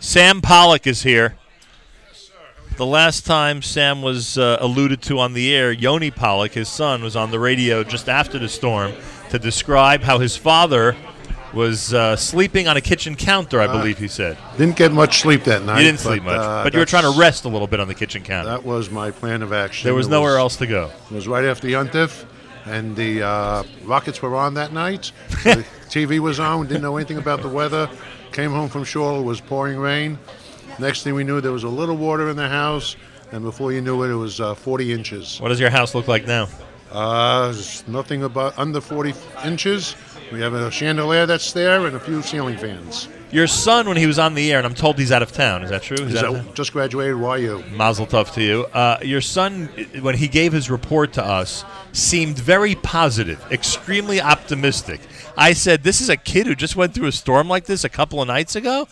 Sam Pollock is here. The last time Sam was uh, alluded to on the air, Yoni Pollock, his son, was on the radio just after the storm to describe how his father was uh, sleeping on a kitchen counter, I believe he said. Didn't get much sleep that night. You didn't sleep much, uh, but you were that's- trying to rest a little bit on the kitchen counter. That was my plan of action. There was It nowhere else to go. It was right after Yontif, and the uh, Rockets were on that night. So the TV was on. Didn't know anything about the weather. Came home from shore. It was pouring rain. Next thing we knew, there was a little water in the house, and before you knew it, it was uh, 40 inches. What does your house look like now? Uh, it's nothing about under 40 inches. We have a chandelier that's there and a few ceiling fans. Your son, when he was on the air, and I'm told he's out of town. Is that true? He's Is out of that- town? just graduated YU. Mazel tov to you. Uh, your son, when he gave his report to us, seemed very positive, extremely optimistic. I said, "This is a kid who just went through a storm like this a couple of nights ago,"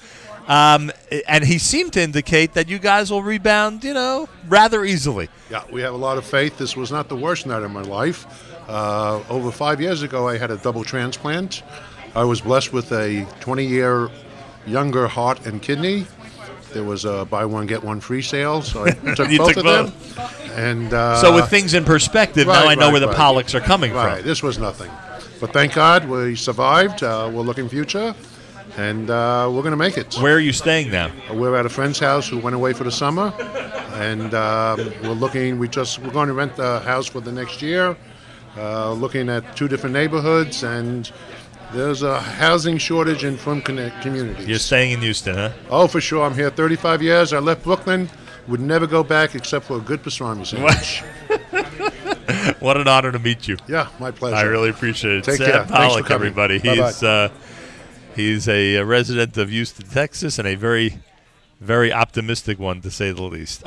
um, and he seemed to indicate that you guys will rebound, you know, rather easily. Yeah, we have a lot of faith. This was not the worst night of my life. Uh, over five years ago, I had a double transplant. I was blessed with a 20 year younger heart and kidney. There was a buy one, get one free sale, so I took You both took of them. And uh, So, with things in perspective, now right, I know right, where the right. Pollocks are coming Right, from. this was nothing. But thank God we survived. Uh, we're looking future, and uh, we're going to make it. Where are you staying now? We're at a friend's house who went away for the summer, and um, we're looking. We just we're going to rent the house for the next year. Uh, looking at two different neighborhoods, and there's a housing shortage in from connect communities. You're staying in Houston, huh? Oh, for sure. I'm here 35 years. I left Brooklyn. Would never go back except for a good pastrami sandwich. What an honor to meet you. yeah, my pleasure. I really appreciate it. Take care. Sam Thanks for Pollock, coming. everybody. Bye-bye. He's uh, he's a resident of Houston, Texas, and a very, very optimistic one to say the least.